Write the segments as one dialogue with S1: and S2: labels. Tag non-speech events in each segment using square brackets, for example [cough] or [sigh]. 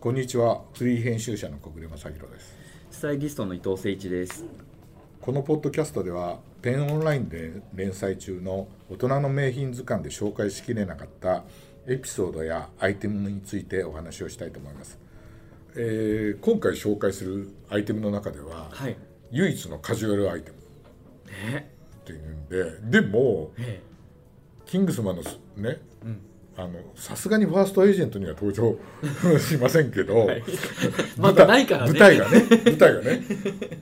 S1: こんにちはフリー編集者の小暮正弘です
S2: スタイリストの伊藤誠一です。
S1: このポッドキャストではペンオンラインで連載中の大人の名品図鑑で紹介しきれなかったエピソードやアイテムについてお話をしたいと思います、えー今回紹介するアイテムの中では、
S2: はい。
S1: 唯一のカジュアルアイテム
S2: え、
S1: っていうんででも
S2: え
S1: キングスマンのすね、あのさすがにファーストエージェントには登場しませんけど、
S2: まだないからね
S1: 舞台がね舞台がね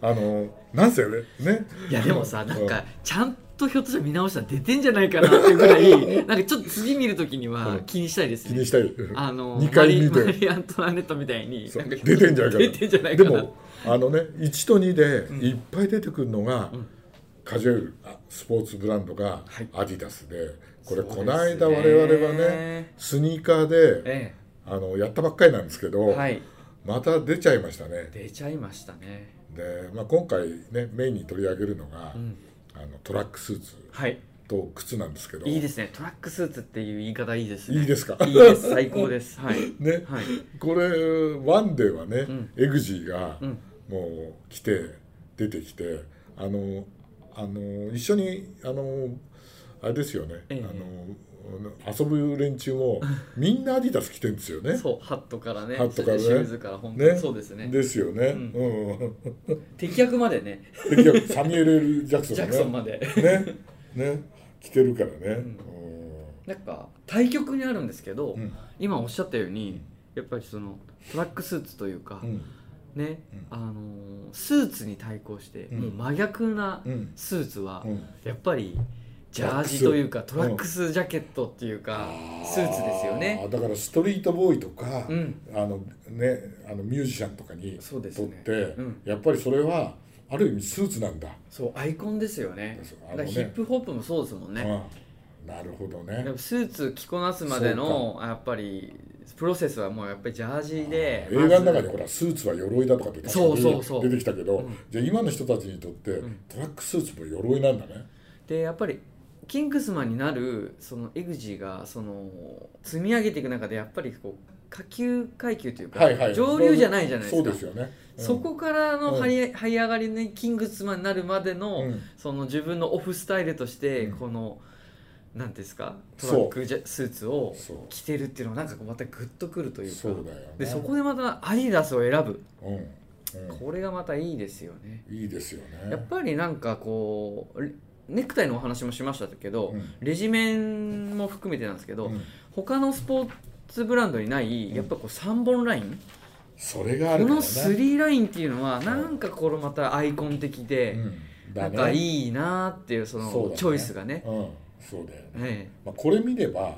S1: あのなんせねね
S2: いやでもさ、なんかちゃんとひょっとしたら見直したら出てんじゃないかなっていうぐらい、 [laughs] なんかちょっと次見るときには気にしたいです
S1: 気に
S2: ね。
S1: したい
S2: あの
S1: 2回見
S2: マリマ
S1: て
S2: リーアントワネットみたいに
S1: そう
S2: なんか
S1: 出てんじゃないかな
S2: 出てんじゃない
S1: で
S2: かな。
S1: もあのね1と2でいっぱい出てくるのが、カジュアルあスポーツブランドが
S2: はい
S1: アディダスで、これ
S2: そうです
S1: こ
S2: ね
S1: の間我々はねスニーカーで
S2: え
S1: あのやったばっかりなんですけど、
S2: え、はい。
S1: また出ちゃいましたね
S2: 出ちゃいましたね。
S1: で、まあ、今回ねメインに取り上げるのが、
S2: うん。
S1: あのトラックスーツ
S2: はい。
S1: と靴なんですけど
S2: いいですね。トラックスーツっていう言い方いいですね。
S1: いいですか
S2: いいです。最高です。はい。
S1: ね、
S2: はい。
S1: これワンデーはね、
S2: ん
S1: エグジーが
S2: うん
S1: もう来て出てきてあのあの一緒にあのあれですよね、
S2: ええ
S1: あの遊ぶ連中もみんなアディダス着てるんですよね。
S2: そう、ハットからね。
S1: ハットからね
S2: それでシューズから本当にそうですね。
S1: ですよね。
S2: ん
S1: うん。
S2: 敵役までね。
S1: 結局サミュエル・ L ジャクソン
S2: ジ
S1: が
S2: ャ
S1: ね。
S2: クソンまで。
S1: ね。ね。着てるからね。
S2: なんか対局にあるんですけど、
S1: うん。うん。
S2: 今おっしゃったようにやっぱりそのトラックスーツというか、
S1: うん。
S2: ね、
S1: うん
S2: あのースーツに対抗して、
S1: うん
S2: もう真逆な
S1: うん
S2: スーツは、
S1: うん
S2: やっぱりジャージというかト
S1: トラ
S2: ラ
S1: ッ
S2: ッ
S1: ク
S2: ク
S1: ス
S2: スジャケットっていうか、スーツですよ
S1: あ
S2: ね
S1: ー。だからストリートボーイとか、
S2: うん
S1: あのねあのミュージシャンとかに
S2: そうです
S1: とっ
S2: ね
S1: て、
S2: うん
S1: やっぱりそれはある意味スーツなんだ。
S2: そうアイコンですよね
S1: そうあの
S2: だ
S1: ね
S2: からヒップホップもそうですもんね、
S1: うんなるほどね
S2: やっ。ぱスーツ着こなすまでのやっぱりプロセスはもうやっぱりジャージで
S1: 映画の中
S2: まず
S1: でほらスーツは鎧だとかって
S2: そうそうそう
S1: 出てきたけど、じゃあ今の人たちにとって、
S2: ん
S1: トラックスーツも鎧なんだね。
S2: でやっぱりキングスマンになるそのエグジーがその積み上げていく中でやっぱりこう下級階級というか、
S1: はいはい。
S2: 上流じゃないじゃないですか
S1: そうですよね。うん
S2: そこからの
S1: うん
S2: 這い,、這い上がりにキングスマンになるまでの、
S1: うん
S2: その自分のオフスタイルとして
S1: うん
S2: この、なんていうんですかト
S1: そう
S2: ラックジャスーツを
S1: そう
S2: 着てるっていうのはなんかこうまたグッとくるというか
S1: そうだよね。
S2: でそこでまたアディダスを選ぶ
S1: うん、うん
S2: これがまたいいですよね。
S1: いいですよね。
S2: やっぱりなんかこうレネクタイのお話もしましたけど、
S1: うん
S2: レジメンも含めてなんですけど、
S1: うん
S2: 他のスポーツブランドにない、やっぱこう3本ライン、
S1: それがあ
S2: こ
S1: るからね。
S2: の3ラインっていうのはなんかこれまたアイコン的で、
S1: うん
S2: な
S1: だ
S2: ん
S1: ね
S2: かいいなっていうその
S1: そうだね
S2: チョイスがね
S1: うん、そうだよね。
S2: え
S1: まあ、これ見れば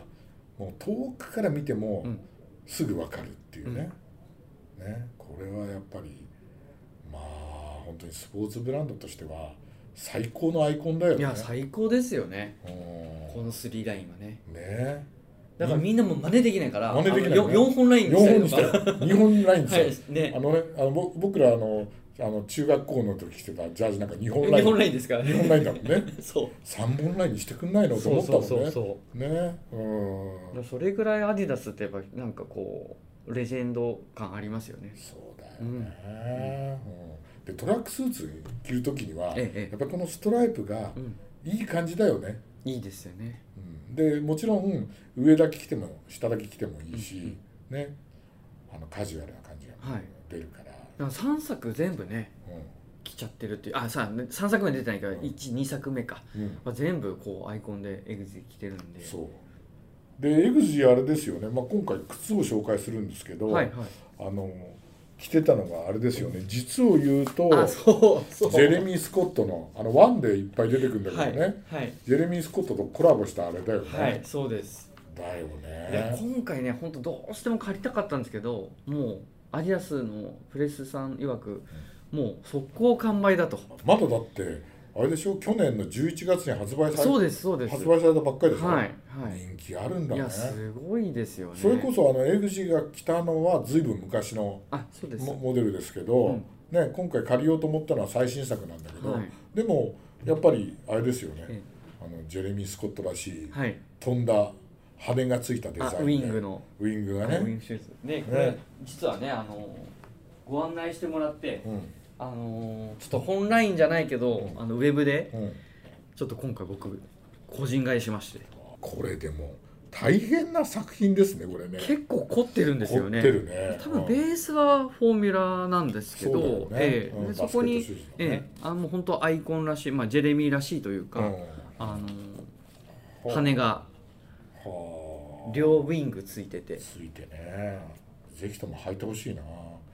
S1: もう遠くから見ても
S2: うん
S1: すぐ分かるっていうね,、ねこれはやっぱりまあ本当にスポーツブランドとしては最高のアイコンだよ
S2: え
S1: ね。
S2: いや最高ですよねこ
S1: う
S2: の3ラインはね
S1: んね
S2: だからみんなも真似できないから
S1: 真似できないね
S2: 4, 本ラインに
S1: 4本に
S2: し
S1: したた
S2: り
S1: よ
S2: とか
S1: 2本ラインにしたよ、
S2: はいね
S1: あのねあのぼ僕らあのあの中学校の時着てたジャージなんか2本ライ
S2: 4
S1: ン
S2: 本ラインですから
S1: 二本ラインだもんね
S2: [laughs] そう
S1: 3本ラインにしてくんないのと
S2: そ
S1: 思
S2: う
S1: ったも
S2: そ
S1: ん
S2: う
S1: ね
S2: そうそう
S1: ねうん
S2: だからそれぐらいアディダスってやっぱなんかこうレジェンド感ありますよね
S1: そうだよね、うんでトラックスーツ着る時には、
S2: ええええ
S1: やっぱりこのストライプが
S2: うん
S1: いい感じだよね、
S2: いいですよね
S1: うんでもちろん上だけ着ても下だけ着てもいいし、ねあのカジュアルな感じが
S2: はい
S1: 出るから、
S2: だから3作全部ね来ちゃってるっていうあさ3作目出てないから
S1: うん
S2: 12作目か、
S1: うん、うん、
S2: まあ、全部こうアイコンでエグゼ来てるんで
S1: そうでエグジーあれですよね、まあ、今回靴を紹介するんですけど、
S2: はいはい
S1: あの着てたのがあれですよね実を言うと
S2: あそうそう
S1: ジェレミー・スコットのあのワンでいっぱい出てくるんだけど
S2: はい
S1: ね、
S2: はい、
S1: ジェレミー・スコットとコラボしたあれだよね。
S2: はい、そうです、
S1: だよ
S2: いや
S1: ね。
S2: 今回ね本当どうしても借りたかったんですけどもうアディダスのプレスさん曰くもう速攻完売だと
S1: まだだってあれでしょ去年の11月に発売さ
S2: そう
S1: れ
S2: ですそうです
S1: 発売されたばっかりでしょ。
S2: はいはい
S1: 人気あるんだ
S2: い
S1: ね
S2: や。すごいですよね
S1: それこそあのエグジが着たのはずいぶん昔の
S2: あそうです
S1: モモデルですけど、
S2: うん
S1: ね今回借りようと思ったのは最新作なんだけど、
S2: はい
S1: でもやっぱりあれですよね。
S2: え
S1: あのジェレミー・スコットらしい
S2: はい
S1: 飛んだ羽目がついたデザイン、ね、
S2: あウイングの
S1: ウイングが
S2: ウイン
S1: ね、
S2: グシューズでこれ
S1: ね
S2: 実はねあのご案内してもらって
S1: うん
S2: あのちょっと本ラインじゃないけどあのウェブで
S1: うん、
S2: ちょっと今回僕個人買いしまして
S1: これでも大変な作品ですねこれね
S2: 結構凝ってるんですよ
S1: 凝
S2: ね
S1: ってるね
S2: 多分ベースはフォーミュラなんですけど、
S1: そうだよね
S2: ええ
S1: うん
S2: でそこに、
S1: バスケットシューズだね
S2: ええ、あもう本当アイコンらしい、まあ、ジェレミーらしいというか、あの羽が
S1: うんはあ
S2: 両ウィングついてて
S1: ついてねぜひとも履いてほしいな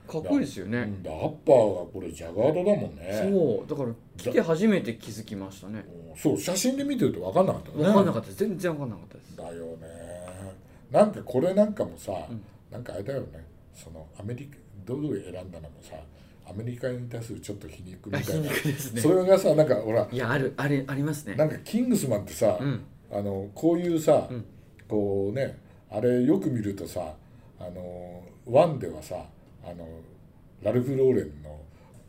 S2: かっこいいですよ
S1: う
S2: ね、
S1: んでアッパーがこれジャガードだもんね
S2: そうだから来て初めて気づきましたね
S1: うんそう写真で見てると分かんなかったね
S2: 分かんなかったです全然分かんなかったです
S1: だよねなんかこれなんかもさ、
S2: ん
S1: なんかあれだよねそのアメリカドルを選んだのもさアメリカに対するちょっと皮肉み
S2: あ
S1: たい
S2: 皮
S1: な、
S2: 肉ですね
S1: それがさなんかほら
S2: いやあるあれありますね
S1: なんかキングスマンってさ、
S2: うん
S1: あのこういうさ、
S2: うん
S1: こうねあれよく見るとさあのワンではさあのラルフ・ローレンの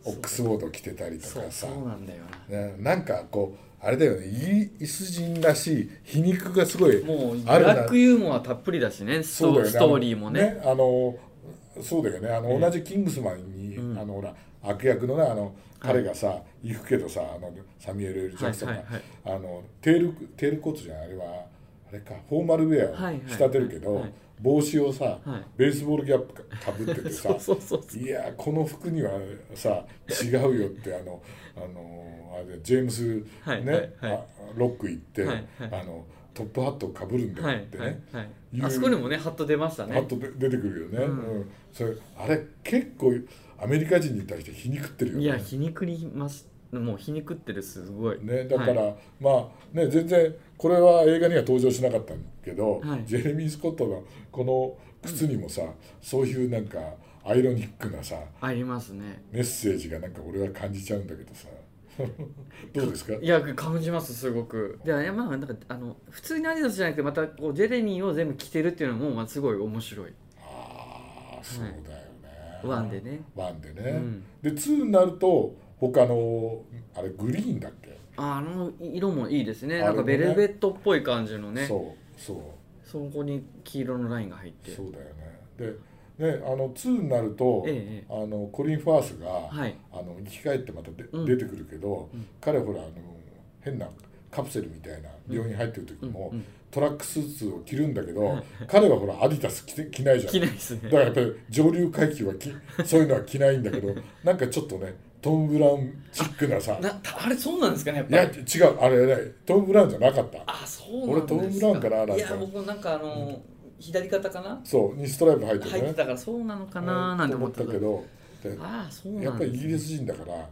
S1: オックスフォード着てたりと
S2: そう
S1: かさ
S2: そうなんだよな
S1: ね、なんかこうあれだよねイギリス人らしい皮肉がすごい
S2: もうブ
S1: あるな
S2: ラックユーモアたっぷりだしねス
S1: そう
S2: ト
S1: だよね
S2: ストーリーもね
S1: あのねあのそうだよねあの、同じキングスマンに、
S2: うん
S1: あのほら悪役のねあの彼がさ、行くけどさあのサミュエル・エル・ジャクソンが、
S2: はいはいはい
S1: あのテールテールコートじゃないあれはあれかフォーマルウェア
S2: はい
S1: を
S2: はい
S1: 仕立てるけど、
S2: はいはい
S1: 帽子をさ、
S2: い
S1: ベースボールキャップかかぶっててさ
S2: [laughs] そうそうそうそう
S1: いやーこの服にはさ違うよってあのあのーあれジェームス、ね
S2: はいはいはい
S1: あロック行って、
S2: はいはい
S1: あのトップハットをかぶるんだ
S2: は
S1: よっ
S2: い
S1: てね、
S2: はいはい
S1: いう
S2: あそこにもねハット出ました
S1: パッ
S2: ね
S1: とで出てくるよね、う
S2: うんん
S1: それあれ結構アメリカ人に対して皮肉ってるよね
S2: いや皮肉りますもう皮肉ってるすごい
S1: ねだから、
S2: は
S1: まあね全然これは映画には登場しなかったけど、
S2: はい
S1: ジェレミー・スコットのこの靴にもさ、そういうなんかアイロニックなさ
S2: ありますね
S1: メッセージがなんか俺は感じちゃうんだけどさ [laughs] どうですか
S2: いや感じますすごくでいやまあなんかあの普通にアディダスじゃなくてまたこうジェレミーを全部着てるっていうのもまあすごい面白い
S1: ああそうだよね、
S2: ワンでね
S1: ワンでね、
S2: うん
S1: で2になると他のあれグリーンだっけ
S2: あの色もいいですね
S1: あれ
S2: な
S1: もね
S2: んかベルベットっぽい感じのねそ
S1: そうそう
S2: こに黄色のラインが入って
S1: そうだよね。で、ね、あの2になると、
S2: ええええ
S1: あのコリン・ファースが、
S2: はい
S1: あの生き返ってまたで、
S2: うん
S1: 出てくるけど、
S2: うん
S1: 彼ほらあの変なカプセルみたいな病院入ってる時も、
S2: うんうん
S1: トラックスーツを着るんだけど、彼はほらアディダス着て着ないじゃん。
S2: 着ないです
S1: だから
S2: ね
S1: やっぱり上流階級は着そういうのは着ないんだけ
S2: [laughs]
S1: どなんかちょっとねトム・ブラウンチックなさ
S2: なあれそうなんですかねやっ
S1: い
S2: ぱ
S1: や
S2: り
S1: 違うあれねトム・ブラウンじゃなかった
S2: あそうなんですか
S1: 俺トムブラウンかななんか
S2: いや僕なんかあの左肩かな
S1: そうにストライプ入ってるね
S2: 入ってたからそうなのかなーなんて思って
S1: と
S2: た
S1: けどで
S2: ああそう
S1: や
S2: な
S1: っ
S2: ん
S1: ぱ
S2: で
S1: り
S2: す
S1: イギリス人だから、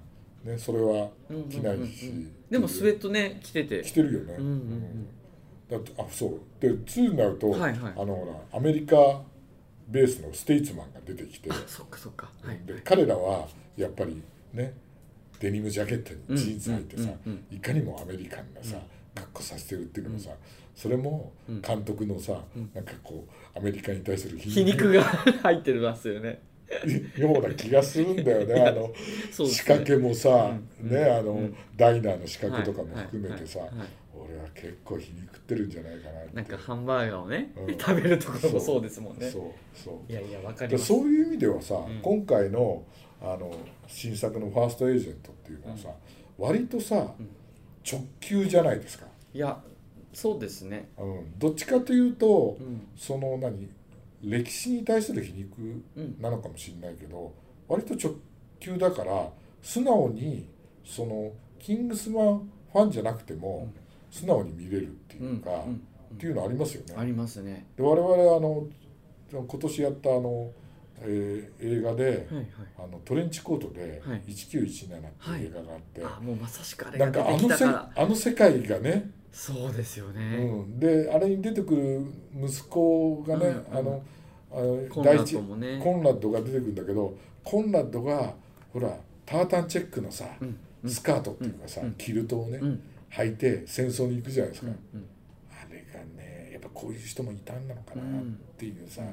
S1: ね、それは着ないし、
S2: うんうんうんうんでもスウェットね着てて
S1: 着てるよね、
S2: うんうん
S1: だってあそうで2になると、
S2: はいはい
S1: あのほらアメリカベースのステイツマンが出てきて、
S2: あそっかそっかはい
S1: で彼らはやっぱりねデニムジャケットにジーンズ履いてさ、
S2: うんうん
S1: いかにもアメリカンなさ、格好させてるっていうのもさ、それも監督のさ、なんかこうアメリカに対する
S2: 皮肉が [laughs] 入ってますよね
S1: ような気がするんだよねあの
S2: そうですね
S1: 仕掛けもさ、
S2: うん
S1: ねあの、
S2: うん
S1: ダイナーの仕掛けとかも含めてさ、
S2: はいはいはい
S1: 俺は結構皮肉ってるんじゃないかなって
S2: なんかハンバーガーをね
S1: うん
S2: 食べるところもそうですもんね
S1: そうそう
S2: いやいやわかり
S1: で
S2: ます
S1: そういう意味ではさ、
S2: ん
S1: 今回のあの新作の「ファーストエージェント」っていうのはさ、割とさ、直球じゃないですか、
S2: いやそうですね
S1: うん、どっちかというと、
S2: うん
S1: その何歴史に対する皮肉
S2: うん
S1: なのかもしれないけど、割と直球だから素直にそのキングスマンファンじゃなくても素直に見れるっていうか、
S2: うんうん
S1: っていうのありますよ
S2: あ
S1: ね。
S2: りますね
S1: で我々あの今年やったあの、えー映画で、
S2: はいはい
S1: あのトレンチコートで
S2: はい
S1: 1917っていう映画があって、
S2: あもうまさしくあれ
S1: な
S2: が
S1: ん
S2: 出
S1: かあ
S2: て
S1: の
S2: きた
S1: せ
S2: から
S1: あの世界がね、
S2: そうですよ
S1: う
S2: ね
S1: ん、であれに出てくる息子がね、
S2: うんうん
S1: あのあの
S2: コン
S1: 第
S2: ラッ
S1: 一
S2: ドもね
S1: コンラッドが出てくるんだけどコンラッドがほらタータンチェックのさ、
S2: うんうん
S1: スカートっていうかさ、キルトをね、
S2: うん
S1: 履いて戦争に行くじゃないですか、
S2: うん
S1: あれがねやっぱこういう人もいたんなのかな
S2: うん
S1: っていうさ、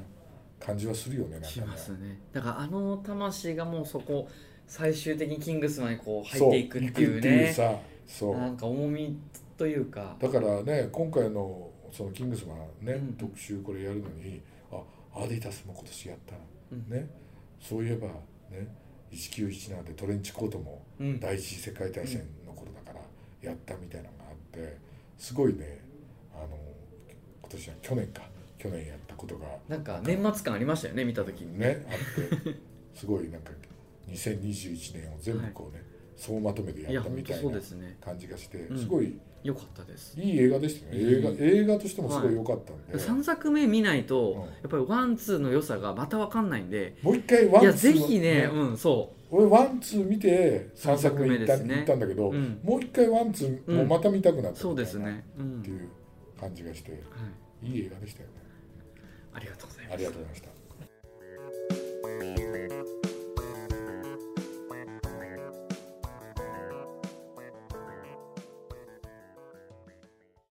S1: 感じはするよねなんか
S2: し
S1: ね
S2: ますねだからあの魂がもうそこ最終的にキングスマンにこう入っていくっていう
S1: そう行くっていう
S2: ね
S1: さそう
S2: なんか重みというか
S1: だからね今回のそのキングスマンね、
S2: うん
S1: 特集これやるのにあアディダスも今年やった
S2: うん
S1: な、ね、そういえばね1917でトレンチコートも
S2: うん
S1: 第一次世界大戦の頃だからやったみたいなのがあってすごいねあの今年は去年か去年やったことが
S2: なんか年末感ありましたよね見た時に
S1: ねあ
S2: [laughs]
S1: ってすごいなんか2021年を全部こうね、総まとめで
S2: い
S1: や
S2: や
S1: ったみ
S2: 本当
S1: たい
S2: そう
S1: な
S2: ですね
S1: 感じがして
S2: うん
S1: すごい、
S2: 良かったです
S1: いい映画でしたね
S2: いい
S1: 映画映画としてもすごい良かったんで、
S2: 3作目見ないと、
S1: うん
S2: やっぱりワンツーの良さがまた分かんないんで
S1: もう一回ワン
S2: い
S1: ツー
S2: やぜひねうんそ
S1: 俺ワンツー見て3作目行った,、
S2: 三作目ですね
S1: 行ったんだけど、
S2: うん
S1: もう一回ワンツーもうまた見たくなっ
S2: う
S1: た
S2: そうです
S1: みたいな
S2: ねうん
S1: っていう感じがして
S2: はい
S1: いい映画でしたよね
S2: ありがとうございま
S1: あ
S2: し
S1: り
S2: た
S1: がとうございました